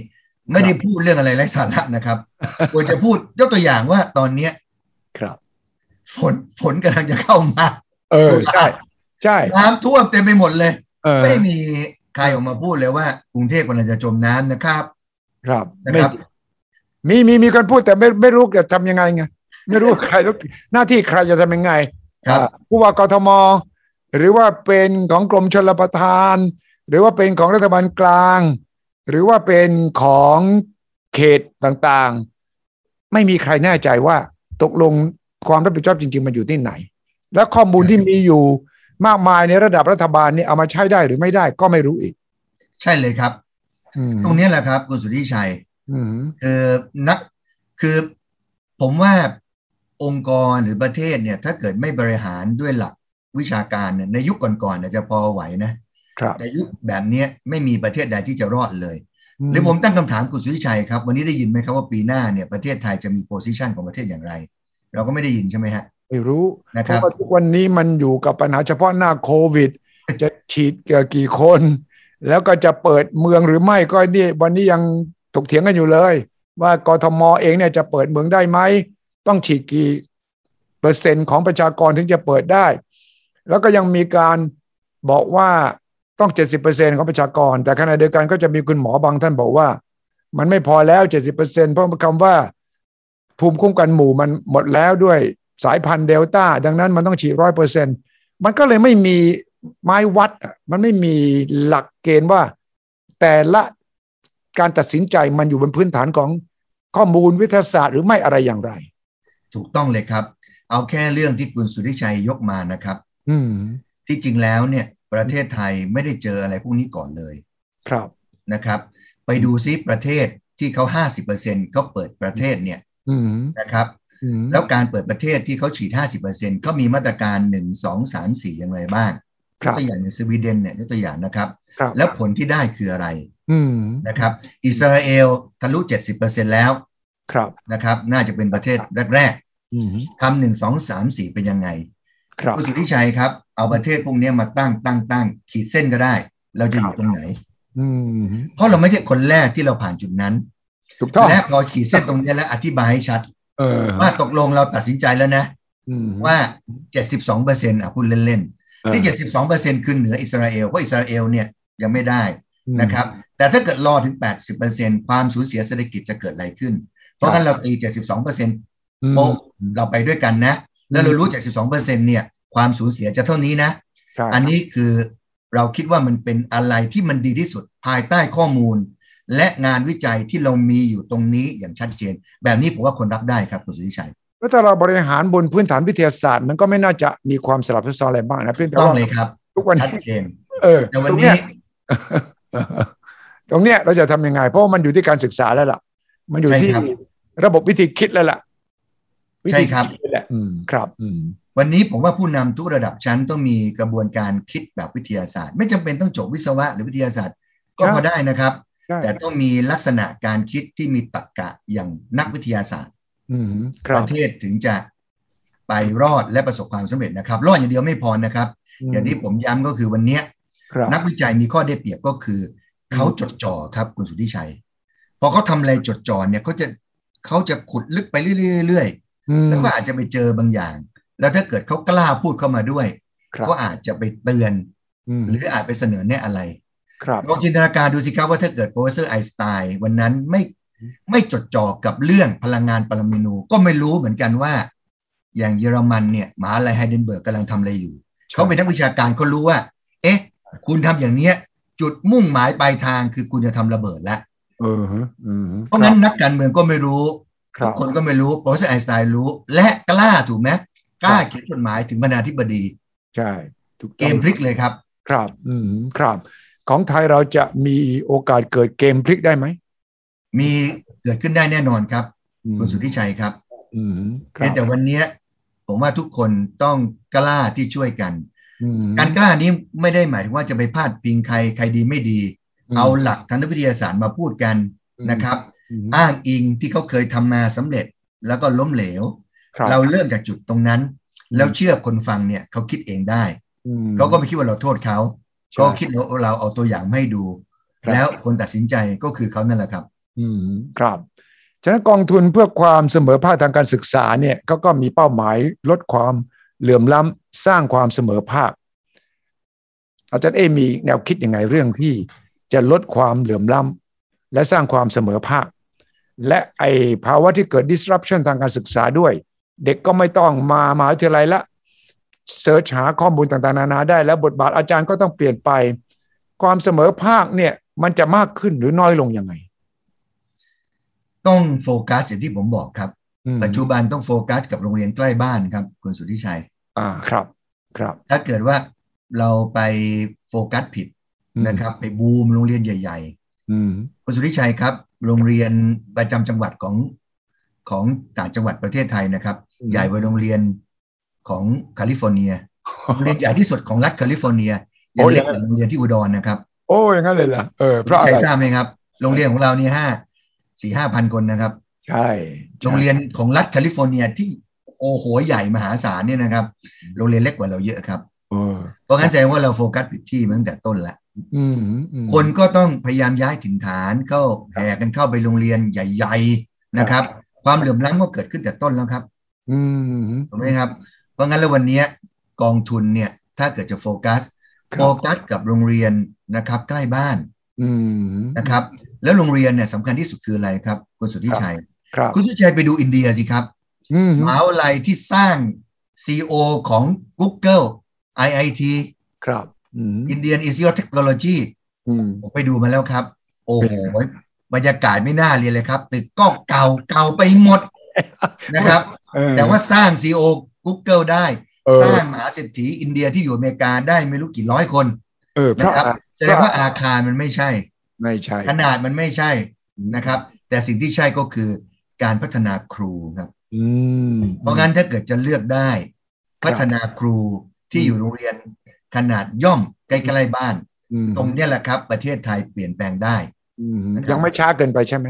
S2: ไม่ได้
S1: ครับ
S2: พูดเรื่องอะไรไร้สาระนะครับ ควรจะพูดยกตัวอย่างว่าตอนเนี้ย
S1: ครับ
S2: ฝนฝนกำลังจะเข้ามา
S1: เออ ใช่ ใช่
S2: น้ำท่วมเต็มไปหมดเลย
S1: เออ
S2: ไม่มีใครออกมาพูดเลยว่ากรุงเทพกำลังจะจมน้ำนะครับ
S1: ครับ
S2: นะ
S1: ไม่
S2: ครับ
S1: มีมีมีคนพูดแต่ไม่ไม่รู้จะทำยังไงไงไม่รู้ใครรู้หน้าที่ใครจะทำยังไง
S2: ครับ
S1: อ่าผู้ว่ากทม หรือว่าเป็นของกรมชลประทาน หรือว่าเป็นของรัฐบาลกลาง หรือว่าเป็นของเขตต่างๆ ไม่มีใครแน่ใจว่าตกลงความรับผิดชอบจริง ๆ มันอยู่ที่ไหน และข้อมูลที่มีอยู่มากมายในระดับรัฐบาลเนี่ยเอามาใช้ได้หรือไม่ได้ก็ไม่รู้อีก
S2: ใช่เลยครับ
S1: อืม
S2: ตรงเนี้ยแหละครับคุณสุทธิชัย
S1: อืม
S2: คือนักคือผมว่าองค์กรหรือประเทศเนี่ย ถ้าเกิดไม่บริหารด้วยหลักวิชาการเนี่ยในยุคก่อนๆเนี่ยจะพอไหวนะครับ แต่ยุคแบบเนี้ยไม่มีประเทศใดที่จะรอดเลย หรือผมตั้งคำถามคุณสุวิชัยครับ วันนี้ได้ยินไหมครับว่าปีหน้าเนี่ยประเทศไทยจะมีโพซิชันของประเทศอย่างไร เราก็ไม่ได้ยินใช่ไหมฮะ
S1: ไม่รู้
S2: นะ
S1: เพ
S2: ครับ
S1: ราะว่าทุกวันนี้มันอยู่กับปัญหาเฉพาะหน้าโควิด จะฉีดกี่คน แล้วก็จะเปิดเมืองหรือไม่ก็นี่วันนี้ยังถกเถียงกันอยู่เลย ว่ากทมเองเนี่ยจะเปิดเมืองได้ไหม ต้องฉีดกี่เปอร์เซ็นต์ของประชากรถึงจะเปิดได้ แล้วก็ยังมีการบอกว่าต้อง 70%ของประชากร แต่ขณะเดียวกันก็จะมีคุณหมอบางท่านบอกว่า มันไม่พอแล้ว 70%เพราะคำว่า ภูมิคุ้มกันหมู่มันหมดแล้วด้วยสายพันธุ์เดลต้า ดังนั้นมันต้องฉีดร้อยเปอร์เซ็นมันก็เลยไม่มีไม้วัดอะมันไม่มีหลักเกณฑ์ว่า แต่ละการตัดสินใจมันอยู่บนพื้นฐานของข้อมูลวิทยาศาสตร์หรือไม่อะไรอย่างไร
S2: ถูกต้องเลยครับ เอาแค่เรื่องที่คุณสุวิชัยยกมานะครับ
S1: อืม
S2: ที่จริงแล้วเนี่ยประเทศไทยไม่ได้เจออะไรพวกนี้ก่อนเลย
S1: ครับ
S2: นะครับ ไปดูซิประเทศที่เขา50%เขาเปิดประเทศเนี่ย
S1: อืม
S2: นะครับ
S1: อืม
S2: แล้วการเปิดประเทศที่เขาฉีด 50%เขามีมาตรการ 1 2 3 4 อย่างไรบ้าง
S1: ค
S2: ยก
S1: รับ
S2: ตัวอย่างในสวีเดนเนี่ยยกตัวอย่างนะครับ
S1: ครับ
S2: แล้วผลที่ได้คืออะไร
S1: อืม
S2: นะครับ อิสราเอลทะลุ 70%แล้ว
S1: ครับ
S2: นะครับ น่าจะเป็นประเทศแรก
S1: อืม
S2: ๆทำหนึ่งสองสามสี่เป็นยังไง
S1: ครับ
S2: คุณสุทธิชัยครับ เอาประเทศพวกเนี้ยมาตั้งตั้งตั้งขีดเส้นก็ได้ เราจะอยู่ตรงไหน
S1: อืม
S2: เพราะเราไม่ใช่คนแรกที่เราผ่านจุดนั้น
S1: ถูกต้อง
S2: และพอขีดเส้นตรงเนี้ยแล้วอธิบายให้ชัด
S1: เออ
S2: ว่าตกลงเราตัดสินใจแล้วนะ
S1: อืม
S2: ว่า 72%อ่ะพูดเล่น
S1: เอ
S2: ๆ
S1: อ
S2: ที่ 72%คือเหนืออิสราเอลเพราะอิสราเอลเนี่ยยังไม่ได้ นะครับ แต่ถ้าเกิดรอถึง 80%ความสูญเสียเศรษฐกิจจะเกิดอะไรขึ้น เพราะงั้นเราตี 72%
S1: อืม
S2: โปะเราไปด้วยกันนะ แล้วเรารู้ 72%เนี่ย ความสูญเสียจะเท่านี้นะ
S1: ใช่
S2: อันนี้คือเราคิดว่ามันเป็นอะไรที่มันดีที่สุดภายใต้ข้อมูล และงานวิจัยที่เรามีอยู่ตรงนี้อย่างชัดเจน แบบนี้ผมว่าคนรับได้ครับคุณสุทธิชัย
S1: แล้วถ้าเราบริหารบนพื้นฐานวิทยาศาสตร์ มันก็ไม่น่าจะมีความสลับซับซ้อนอะไรบ้างนะเพียงแต่
S2: ต้อง
S1: ว่า
S2: เลยครับ
S1: ทุกวัน
S2: ชัด
S1: นี้
S2: เจน
S1: เออ
S2: แต่วัน
S1: ตรง
S2: นี้
S1: เย ตรงเนี้ ยเราจะทำยังไง เพราะว่ามันอยู่ที่การศึกษาแล้วล่ะ มันอยู่
S2: ใช่
S1: ที่
S2: ครับ
S1: ระบบวิธีคิดแล้วล่ะวิธี
S2: ใช่ครับ
S1: ดแหละอืมครับ อืม
S2: วันนี้ผมว่าผู้นำทุกระดับชั้นต้องมีกระบวนการคิดแบบวิทยาศาสตร์ ไม่จำเป็นต้องจบวิศวะหรือวิทยาศาสตร์ ก็
S1: ใช่
S2: พอได้นะครับ
S1: ใช่
S2: แต่ต้องมีลักษณะการคิดที่มีตรรกะอย่างนักวิทยาศาสตร์
S1: อืมค
S2: ป
S1: รับ
S2: ระเทศถึงจะไปรอดและประสบความสำเร็จนะครับ รอดอย่างเดียวไม่พอนะครับ อย่างที่ผมย้ำก็คือวันเนี้ย
S1: ครับ
S2: นักวิจัยมีข้อได้เปรียบก็คือ
S1: ม
S2: เขาจดจ่อครับคุณสุทธิชัย พอเขาทำอะไรจดจ่อเนี่ยเขาจะเขาจะขุดลึกไปเรื่อยๆเรื่อย
S1: อืม
S2: ๆแล้วก็อาจจะไปเจอบางอย่าง แล้วถ้าเกิดเขากล้าพูดเข้ามาด้วย
S1: ครับ
S2: ก็อาจจะไปเตือน
S1: อืม
S2: หรืออาจไปเสนอแนะอะไร
S1: ครับ
S2: ลองจินตนาการดูสิครับว่าถ้าเกิด professor ไอน์สไตน์วันนั้นไม่ไม่จดจ่อกับเรื่องพลังงานปรมาณูก็ไม่รู้เหมือนกันว่า อย่างเยอรมันเนี่ยมหาลัยไฮเดนเบิร์กกำลังทำอะไรอยู่ เขาเป็นนักวิชาการเขารู้ว่า เอ๊ะ คุณทำอย่างเนี้ย จุดมุ่งหมายปลายทางคือคุณจะทำระเบิดแล้ว
S1: เออฮะอืม
S2: เพราะงั้นนักการเมืองก็ไม่รู้
S1: ครั
S2: ทุ
S1: บ
S2: กคนก็ไม่รู้ p r o f e s s o r ไอน์สไตน์รู้ และกล้าถูกไหมกล้าเขียนจดหมายถึงบรรณาธิบดี
S1: ใช่ถูกต้อง
S2: เกมพลิกเลยครับ
S1: ครับ อืมครับ ของไทยเราจะมีโอกาสเกิดเกมพลิกได้ไหม
S2: มีเกิดขึ้นได้แน่นอนครับ
S1: อืม
S2: คุณสุทธิชัยครับ
S1: อืมค
S2: เพียงแต่
S1: รับ
S2: วันเนี้ยผมว่าทุกคนต้องกล้าที่ช่วยกัน
S1: อืม
S2: การกล้านี้ไม่ได้หมายถึงว่าจะไปพาดพิงใครใครดีไม่ดี เอาหลักทางวิทยาศาสตร์มาพูดกันนะครับ
S1: อืม
S2: อ้างอิงที่เขาเคยทำมาสำเร็จแล้วก็ล้มเหลว
S1: คบ
S2: เราเริ่มจากจุดตรงนั้น
S1: อืม
S2: แล้วเชื่อคนฟังเนี่ยเขาคิดเองได้
S1: อืม
S2: เขาก็ไม่คิดว่าเราโทษเขา
S1: ใช่
S2: ก็คิดว่าเราเอาตัวอย่างมาให้ดู
S1: ครับ
S2: แล้วคนตัดสินใจก็คือเขานั่นแหละครับ
S1: อืมครับฉะนั้นกองทุนเพื่อความเสมอภาคทางการศึกษาเนี่ยเขาก็มีเป้าหมายลดความเหลื่อมล้ำสร้างความเสมอภาค อาจารย์เอมีแนวคิดยังไงเรื่องที่จะลดความเหลื่อมล้ำและสร้างความเสมอภาค และไอภาวะที่เกิด disruption ทางการศึกษาด้วย เด็กก็ไม่ต้องมามหาวิทยาลัยละเสิร์ชหาข้อมูลต่างๆนานาได้ แล้วบทบาทอาจารย์ก็ต้องเปลี่ยนไป ความเสมอภาคเนี่ยมันจะมากขึ้นหรือน้อยลงยังไง
S2: ต้องโฟกัสอย่างที่ผมบอกครับ
S1: อืม
S2: ปัจจุบันต้องโฟกัสกับโรงเรียนใกล้บ้านครับ คุณสุทธิชัย
S1: อ่าครับครับ
S2: ถ้าเกิดว่าเราไปโฟกัสผิดนะครับ ไปบูมโรงเรียนใหญ่
S1: อืม
S2: ๆ คุณสุทธิชัยครับ โรงเรียนประจำจังหวัดของของต่างจังหวัดประเทศไทยนะครับ
S1: อืม
S2: ใหญ่กว่าโรงเรียนของแคลิฟอร์เนียโรงเรียนใหญ่ที่สุดของรัฐแคลิฟอร์เนียยังเล็กกว่าโรงเรียนที่อุดรนะครับ
S1: โอ้อยางนั้นเลยเหรอเออเพราะอะ
S2: ใคร
S1: ไร
S2: ทราบไหมครับ โรงเรียนของเรานี่ห้าสี่ห้าพันคนนะครับ
S1: ใช่
S2: โรงเรียนของรัฐแคลิฟอร์เนียที่โอ้โหใหญ่มหาศาลเนี่ยนะครับ โรงเรียนเล็กกว่าเราเยอะครับ
S1: เออ
S2: เพราะงั้นแสดงว่าเราโฟกัสผิดที่มาตั้งแต่ต้นละ
S1: อืมอืม
S2: คนก็ต้องพยายามย้ายถิ่นฐานเข้าแห่กันเข้าไปโรงเรียนใหญ่ ๆนะครับ ความเหลื่อมล้ำก็เกิดขึ้นแต่ต้นแล้วครับ
S1: อืม
S2: ถูกไหมครับ เพราะงั้นแล้ววันเนี้ยกองทุนเนี่ยถ้าเกิดจะโฟกัส
S1: ค
S2: โฟ
S1: รับ
S2: กัสกับโรงเรียนนะครับ ใกล้บ้าน
S1: อืม
S2: นะครับ แล้วโรงเรียนเนี่ยสำคัญที่สุดคืออะไรครับคุณสุทธิชัย
S1: ครับ
S2: คุณสุทธิชัยไปดูอินเดียสิครับ
S1: อืม
S2: มหาวิทยาลัยที่สร้าง CEO ของ Google IIT
S1: ครับอืม
S2: Indian Institute of Technology
S1: อืม
S2: ผมไปดูมาแล้วครับ โอ้ โห
S1: เป็นไง
S2: บรรยากาศไม่น่าเรียนเลยครับ ตึกก็เก่าเก่าไปหมดนะครับ
S1: เออ
S2: แต่ว่าสร้าง CEO Google ได้
S1: เออ
S2: สร้างมหาเศรษฐีอินเดียที่อยู่อเมริกาได้ไม่รู้กี่ร้อยคน
S1: เออเพ
S2: นะ
S1: ราะ
S2: ครับ
S1: อะไร
S2: แสดงว่าอาคารมันไม่ใช่
S1: ไม่ใช่
S2: ขนาดมันไม่ใช่นะครับ แต่สิ่งที่ใช่ก็คือการพัฒนาครูครับ
S1: อืม
S2: เพราะงั้นถ้าเกิดจะเลือกได้
S1: ครับ
S2: พัฒนาครูที่
S1: อืม
S2: อยู่โรงเรียนขนาดย่อมใกล้ๆบ้าน
S1: อืม
S2: ตรงเนี้ยแหละครับ ประเทศไทยเปลี่ยนแปลงได้
S1: อืมยังไม่ช้าเกินไปใช่ไหม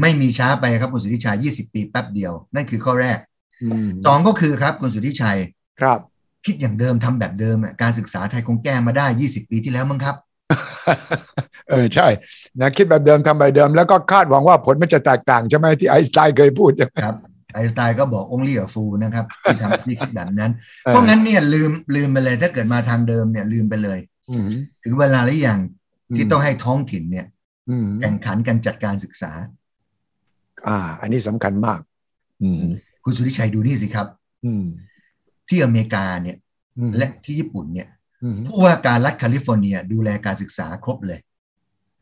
S2: ไม่มีช้าไปครับคุณสุทธิชัย 20 ปีแป๊บเดียว นั่นคือข้อแรก
S1: อืม
S2: สองก็คือครับคุณสุทธิชัย
S1: ครับ
S2: คิดอย่างเดิมทำแบบเดิมอะการศึกษาไทยคงแก้มาได้ 20 ปีที่แล้วมั้งครับ
S1: เออใช่นะคิดแบบเดิมทำแบบเดิมแล้วก็คาดหวังว่าผลมันจะแตกต่างใช่ไหมที่ไอน์สไตน์เคยพูดใช่ไหม
S2: ครับไอน์สไตล์ก็บอกองค์เลี่ยฟูนะครับที่ทำที่คิดแบบนั้น
S1: ออ
S2: เพราะงั้นเนี่ยลืมลืมไปเลยถ้าเกิดมาทางเดิมเนี่ยลืมไปเลย
S1: อืม
S2: ถึงเวลาหรือยังที่ต้องให้ท้องถิ่นเนี่ย
S1: อืม
S2: แข่งขันกันจัดการศึกษา
S1: อ่า อันนี้สำคัญมาก อืม
S2: คุณสุทธิชัยดูนี่สิครับ
S1: อืม
S2: ที่อเมริกาเนี่ย
S1: อืม
S2: และที่ญี่ปุ่นเนี่ย
S1: อืม
S2: ผู้ว่าการรัฐแคลิฟอร์เนียดูแลการศึกษาครบเลย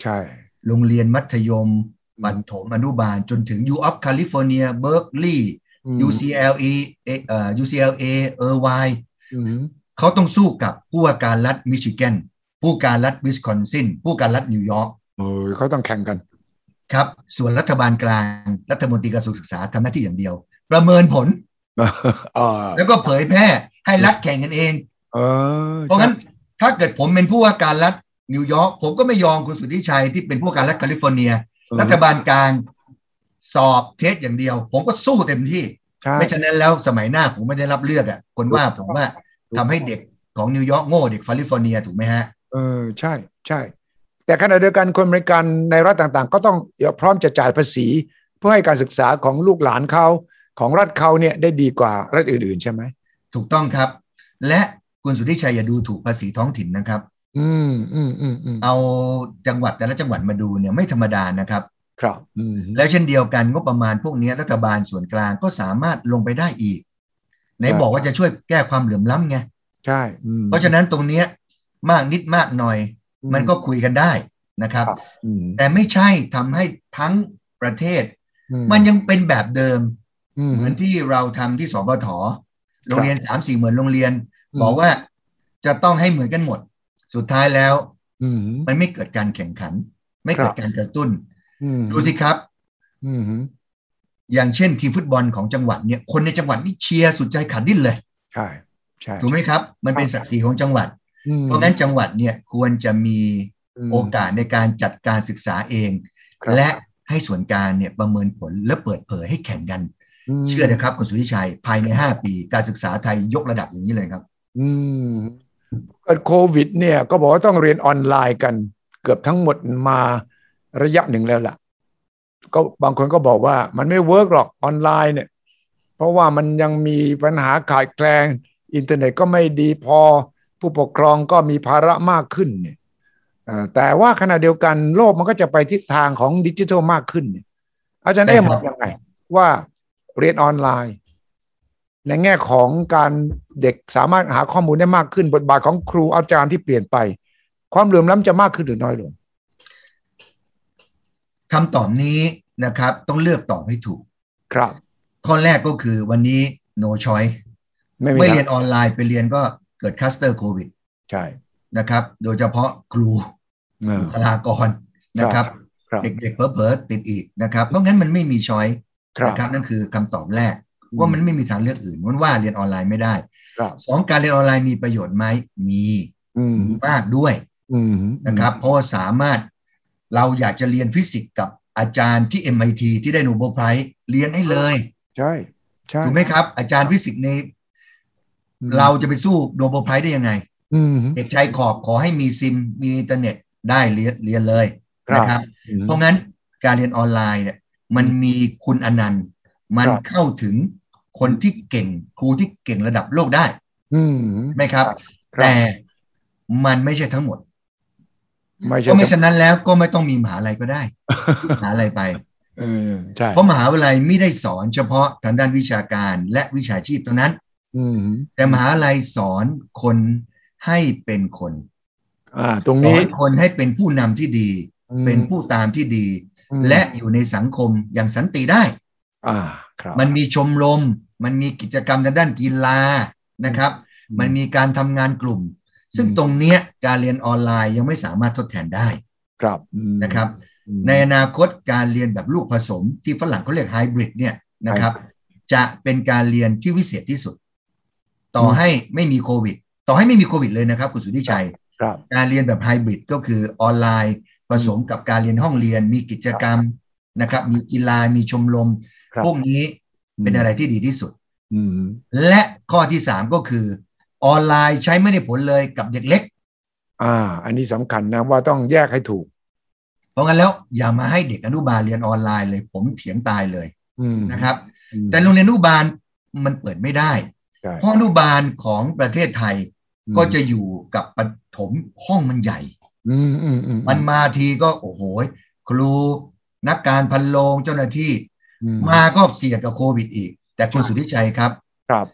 S1: ใช่
S2: โรงเรียนมัธยมมัธยมอนุบาลจนถึง U of California Berkeley
S1: อืม
S2: UCLA เอ่อเอ่อ UCLA Irvine
S1: อืม
S2: เขาต้องสู้กับผู้ว่าการรัฐมิชิแกนผู้การรัฐวิสคอนซินผู้การรัฐนิวยอร์ก
S1: เออเขาต้องแข่งกัน
S2: ครับ ส่วนรัฐบาลกลางรัฐมนตรีกระทรวงศึกษาทำหน้าที่อย่างเดียว ประเมินผล
S1: อ่า
S2: แล้วก็เผยแพร่ให้รัฐแข่งกันเอง
S1: เออ
S2: เพราะงั้นถ้าเกิดผมเป็นผู้ว่าการรัฐนิวยอร์กผมก็ไม่ยอมคุณสุทธิชัยที่เป็นผู้ว่าการรัฐแคลิฟอร์เนีย รัฐบาลกลางสอบเทสอย่างเดียว ผมก็สู้เต็มที่
S1: ใช่
S2: ไม่ฉะนั้นแล้วสมัยหน้าผมไม่ได้รับเลือกอ่ะคนว่าผมว่าทำให้เด็กของนิวยอร์กโง่เด็กแคลิฟอร์เนียถูกไหมฮะ
S1: เออใช่ใช่ แต่ขณะเดียวกันคนบริการในรัฐต่างๆ ก็ต้องพร้อมจะจ่ายภาษี เพื่อให้การศึกษาของลูกหลานเขาของรัฐเขาเนี่ยได้ดีกว่ารัฐอื่นๆ ใช่ไหม
S2: ถูกต้องครับ และคุณสุทธิชัยอย่าดูถูกภาษีท้องถิ่นนะครับ
S1: อืมอืมอืมอืม
S2: เอาจังหวัดแต่ละจังหวัดมาดูเนี่ยไม่ธรรมดานะครับ
S1: ครับอืม
S2: แล้วเช่นเดียวกันงบประมาณพวกเนี้ยรัฐบาลส่วนกลางก็สามารถลงไปได้อีกไหนบอกว่าจะช่วยแก้ความเหลื่อมล้ำไง
S1: ใช่อืม
S2: เพราะฉะนั้นตรงเนี้ยมากนิดมากหน่อย มันก็คุยกันได้นะครับ
S1: ครับอืม
S2: แต่ไม่ใช่ทำให้ทั้งประเทศ
S1: อื
S2: มันยังเป็นแบบเดิม
S1: อืม
S2: เหมือนที่เราทำที่สพทโรงเรียนสามสี่หมื่นโรงเรียน
S1: อืม
S2: บอกว่าจะต้องให้เหมือนกันหมด สุดท้ายแล้ว
S1: อืม
S2: มันไม่เกิดการแข่งขัน ไม่เกิ
S1: ค
S2: ด
S1: รับ
S2: การกระตุ้น
S1: อืม
S2: ดูสิครับ
S1: อืม
S2: อย่างเช่นทีมฟุตบอลของจังหวัดเนี่ยคนในจังหวัดนี่เชียร์สุดใจขาดดิ้นเลย
S1: ใช่ใช่
S2: ถูกไหมครับ มันเป็นศักดิ์ศรีของจังหวัด
S1: อืม
S2: เพราะงั้นจังหวัดเนี่ยควรจะมี
S1: ม
S2: โอกาสในการจัดการศึกษาเอง
S1: ครับ
S2: และให้ส่วนกลางเนี่ยประเมินผลและเปิดเผยให้แข่งกัน เชื่อนะครับคุณสุทธิชัยภายใน 5 ปีการศึกษาไทยยกระดับอย่างนี้เลยครับ
S1: อืมเกิดโควิด เนี่ย ก็บอกว่าต้องเรียนออนไลน์กัน เกือบทั้งหมดมาระยะหนึ่งแล้วล่ะ ก็บางคนก็บอกว่ามันไม่เวิร์กหรอกออนไลน์เนี่ย เพราะว่ามันยังมีปัญหาขาดแคลนอินเทอร์เน็ตก็ไม่ดีพอ ผู้ปกครองก็มีภาระมากขึ้นเนี่ยเอ่อแต่ว่าขณะเดียวกันโลกมันก็จะไปทิศทางของดิจิทัลมากขึ้นเนี่ยอาจารย์
S2: ใช่
S1: เอ๊
S2: ครับ
S1: มองยังไง ว่าเรียนออนไลน์ ในแง่ของการเด็กสามารถหาข้อมูลได้มากขึ้น บทบาทของครูอาจารย์ที่เปลี่ยนไป ความเหลื่อมล้ำจะมากขึ้นหรือน้อยลง
S2: คำตอบนี้นะครับ ต้องเลือกตอบให้ถูก
S1: ครับ
S2: ข้อแรกก็คือวันนี้ no choice
S1: ไม่มี
S2: ไม่เรียน
S1: นะ
S2: ออนไลน์ไปเรียนก็เกิดคลัสเตอร์โควิด
S1: ใช่
S2: นะครับ โดยเฉพาะครู
S1: เออ
S2: บุคลากรนะครับ
S1: ครับ
S2: เด็กๆเผลอๆติดอีกนะครับ เพราะงั้นมันไม่มีช้อย
S1: ครับ
S2: นะครับนั่นคือคำตอบแรก ว่ามันไม่มีทางเลือกอื่นมันว่าเรียนออนไลน์ไม่ได้
S1: ครับ
S2: สองการเรียนออนไลน์มีประโยชน์ไหมมี
S1: อืม
S2: มากด้วย
S1: อืม
S2: นะครับ เพราะว่าสามารถเราอยากจะเรียนฟิสิกส์กับอาจารย์ที่ MIT ที่ได้โนเบลไพรส์เรียนให้เลย
S1: ใช่ ใช่
S2: ถูกไหมครับ อาจารย์ฟิสิกส์ใน
S1: อืม
S2: เราจะไปสู้โนเบลไพรส์ได้ยังไง
S1: อืม
S2: เด็กชายขอบขอให้มีซิมมีอินเทอร์เน็ตได้เรียนเรียนเลย
S1: ครับ
S2: นะครับ
S1: อืม
S2: เพราะงั้นการเรียนออนไลน์เนี่ยมันมีคุณอนันต์ มัน
S1: ครับ
S2: เข้าถึงคนที่เก่งครูที่เก่งระดับโลกได้
S1: อืม
S2: ไหมครับ
S1: ครับ
S2: แต่มันไม่ใช่ทั้งหมด
S1: ไม่
S2: เพ
S1: ใช่
S2: ราะไม่ฉะนั้นแล้วก็ไม่ต้องมีมหาลัยก็ได้ มหาลัยไป
S1: เออใช่
S2: เพราะมหาวิทยาลัยไม่ได้สอนเฉพาะทางด้านวิชาการและวิชาชีพเท่านั้น
S1: อืม
S2: แต่มหาลัยสอนคนให้เป็นคน
S1: อ่า ตรง
S2: สอ
S1: นี้
S2: นคนให้เป็นผู้นำที่ดี เป็นผู้ตามที่ดี
S1: อืม
S2: และอยู่ในสังคมอย่างสันติได้
S1: อ่า ครับ
S2: มันมีชมรม มันมีกิจกรรมทางด้านกีฬานะครับ มันมีการทำงานกลุ่ม ซึ่งตรงเนี้ยการเรียนออนไลน์ยังไม่สามารถทดแทนได้
S1: ครับอืม
S2: นะครับ
S1: อืม
S2: ในอนาคตการเรียนแบบลูกผสมที่ฝรั่งเขาเรียกไฮบริดเนี่ยนะครับ จะเป็นการเรียนที่วิเศษที่สุด ต่ออ
S1: ม
S2: ให้ไม่มีโควิด ต่อให้ไม่มีโควิดเลยนะครับคุณสุทธิชัย
S1: ครับ
S2: การเรียนแบบไฮบริดก็คือออนไลน์ผสมกับการเรียนห้องเรียนมีกิจกรรมนะครับ มีกีฬามีชมรม
S1: ครับ
S2: พวกนี้เป็นอะไรที่ดีที่สุด
S1: อืม
S2: และข้อที่ 3 ก็คือออนไลน์ใช้ไม่ได้ผลเลยกับเด็กเล็ก
S1: อ่า อันนี้สำคัญนะว่าต้องแยกให้ถูก
S2: เพราะงั้นแล้วอย่ามาให้เด็กอนุบาลเรียนออนไลน์เลย ผมเถียงตายเลย
S1: อืม
S2: นะครับ
S1: อืม
S2: แต่โรงเรียนอนุบาลมันเปิดไม่ได้
S1: ใช่
S2: เพราะอนุบาลของประเทศไทยก็จะอยู่กับปฐมห้องมันใหญ่
S1: อืมอืมอืม
S2: มันมาทีก็โอ้โหยครู นักการพันโรงเจ้าหน้าที่
S1: อื
S2: มาก็เสี่ยงกับโควิดอีก แต่คุณสุทธิชัยครับ
S1: ครับ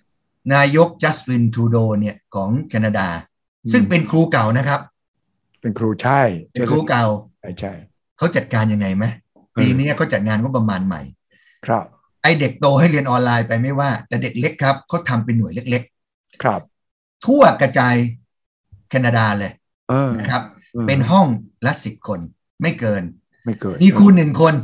S2: นายกจัสตินทรูโดเนี่ยของแคนาดา
S1: อืม
S2: ซึ่งเป็นครูเก่านะครับ
S1: เป็นครูใช่
S2: เป็นครูเก่า
S1: ใช่ใช่
S2: เขาจัดการยังไงไหมปีนี้เขาจัดงานก็ประมาณใหม่
S1: ครับ
S2: ไอเด็กโตให้เรียนออนไลน์ไปไม่ว่า แต่เด็กเล็กครับเขาทำเป็นหน่วยเล็ก
S1: ครับ
S2: ๆ ทั่วกระจายแคนาดาเลย
S1: เออ
S2: นะครับ
S1: อืม
S2: เป็นห้องละสิบคน ไม่เกิน
S1: ไม่เกิด
S2: มีครูหนึ่งคน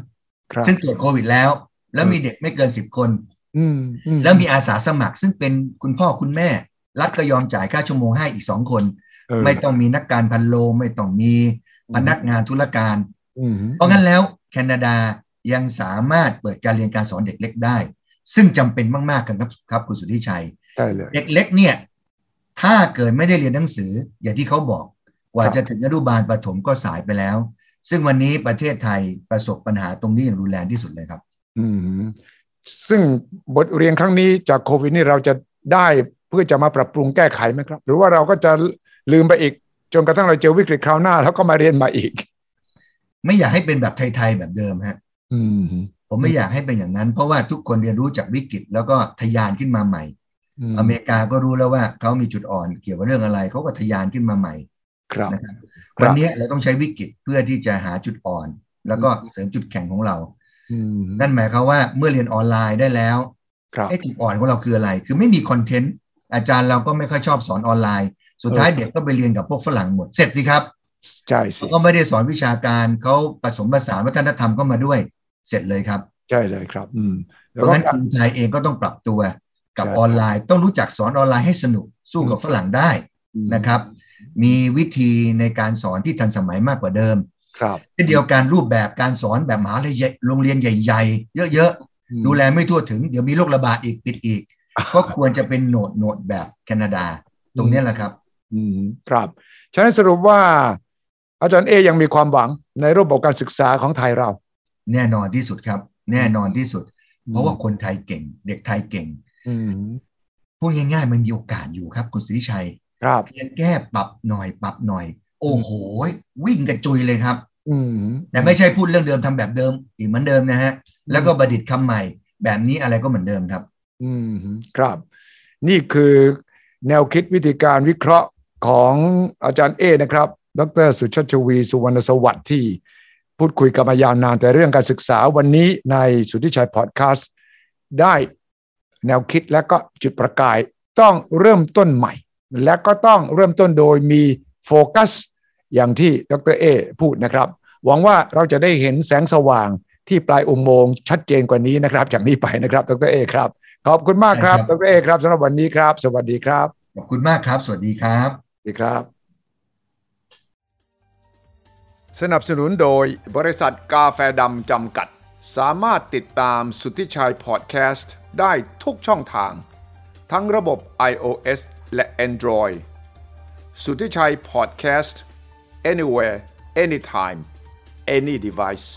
S1: ครับ
S2: ซึ่งตรวจโควิดแล้ว แล้วมีเด็กไม่เกินสิบคน
S1: อืมอืม
S2: แล้วมีอาสาสมัคร ซึ่งเป็นคุณพ่อคุณแม่ รัฐก็ยอมจ่ายค่าชั่วโมงให้อีกสองคน
S1: เออ
S2: ไม่ต้องมีนักการพันโลงไม่ต้องมีพนักงานธุรการ
S1: อืม
S2: เพราะงั้นแล้วแคนาดายังสามารถเปิดการเรียนการสอนเด็กเล็กได้ ซึ่งจำเป็นมากๆครับครับคุณสุทธิชัย
S1: ใช่เลย
S2: เด็กเล็กเนี่ย ถ้าเกิดไม่ได้เรียนหนังสืออย่างที่เขาบอก กว่าจะถึงอนุบาลประถมก็สายไปแล้ว ซึ่งวันนี้ประเทศไทยประสบปัญหาตรงนี้อย่างรุนแรงที่สุดเลยครับ
S1: อืมซึ่งบทเรียนครั้งนี้จากโควิดนี่เราจะได้เพื่อจะมาปรับปรุงแก้ไขไหมครับ หรือว่าเราก็จะลืมไปอีก จนกระทั่งเราเจอวิกฤตคราวหน้า แล้วก็มาเรียนใหมาอีก
S2: ไม่อยากให้เป็นแบบไทยๆแบบเดิมฮะ
S1: อืม
S2: ผมไม่อยากให้เป็นอย่างนั้น เพราะว่าทุกคนเรียนรู้จากวิกฤตแล้วก็ทะยานขึ้นมาใหม่ อเมริกาก็รู้แล้วว่าเขามีจุดอ่อนเกี่ยวกับเรื่องอะไรเขาก็ทะยานขึ้นมาใหม่
S1: ครับ
S2: นะครับ
S1: ครับ
S2: วันนี้เราต้องใช้วิกฤตเพื่อที่จะหาจุดอ่อน แล้วก็เสริมจุดแข็งของเรา
S1: อืม
S2: นั่นหมายความว่าเมื่อเรียนออนไลน์ได้แล้ว
S1: ครับ
S2: ไอ้จุดอ่อนของเราคืออะไร คือไม่มีคอนเทนต์อาจารย์เราก็ไม่ค่อยชอบสอนออนไลน์ สุดท้ายเด็กก็ไปเรียนกับพวกฝรั่งหมดเสร็จสิครับ
S1: ใช่สิ
S2: เขาก็ไม่ได้สอนวิชาการเขาผสมผสานวัฒนธรรมเข้ามาด้วยเสร็จเลยครับ
S1: ใช่เลยครับ อืม
S2: เพราะงั้นครูไทยเองก็ต้องปรับตัวกับออนไลน์ ต้องรู้จักสอนออนไลน์ให้สนุกสู้กับฝรั่งได้นะครับ มีวิธีในการสอนที่ทันสมัยมากกว่าเดิม
S1: ครับ
S2: เช่นเดียวกันรูปแบบการสอนแบบมหาลัยใหญ่โรงเรียนใหญ่ ๆ เยอะ
S1: อืม
S2: ๆ ดูแลไม่ทั่วถึง เดี๋ยวมีโรคระบาดอีกปิด อีก ก็ควรจะเป็นโหนดโหนดแบบแคนาดา ตรงเนี้ยแหละครับ
S1: อืมครับฉะนั้นสรุปว่า อาจารย์เอยังมีความหวังในระบบการศึกษาของไทยเรา
S2: แน่นอนที่สุดครับ แน่นอนที่สุด เพราะว่าคนไทยเก่ง เด็กไทยเก่ง
S1: อืม
S2: พูดง่ายๆมันมีโอกาสอยู่ครับคุณสุริชัย
S1: ครับ
S2: เพียงแก้ปรับหน่อยปรับหน่อย โอ้โห วิ่งกระจุยเลยครับ
S1: อืม
S2: แต่ไม่ใช่พูดเรื่องเดิมทำแบบเดิม อีกเหมือนเดิมนะฮะ แล้วก็ประดิษฐ์คำใหม่ แบบนี้อะไรก็เหมือนเดิมครับ
S1: อืมครับ นี่คือแนวคิดวิธีการวิเคราะห์ของอาจารย์เอนะครับ ดรสุชาติชวี สุวรรณสวัสดิ์ที่ พูดคุยกันมายาวนานแต่เรื่องการศึกษาวันนี้ในสุทธิชัยพอดแคสต์ได้แนวคิดและก็จุดประกาย ต้องเริ่มต้นใหม่ และก็ต้องเริ่มต้นโดยมีโฟกัส อย่างที่ดรเอพูดนะครับ หวังว่าเราจะได้เห็นแสงสว่างที่ปลายอุโมงค์ชัดเจนกว่านี้นะครับจากนี้ไปนะครับดรเอครับ ขอบคุณมากครับด
S2: ใช่ครับ
S1: รเอครับสำหรับวันนี้ครับ สวัสดีครับ
S2: ขอบคุณมากครับ สวัสดีครับ
S1: สวัสดีครับ สนับสนุนโดยบริษัทกาแฟดำจำกัด สามารถติดตามสุทธิชัยพอดแคสต์ได้ทุกช่องทาง ทั้งระบบ iOS และ Android สุทธิชัยพอดแคสต์ anywhere anytime any device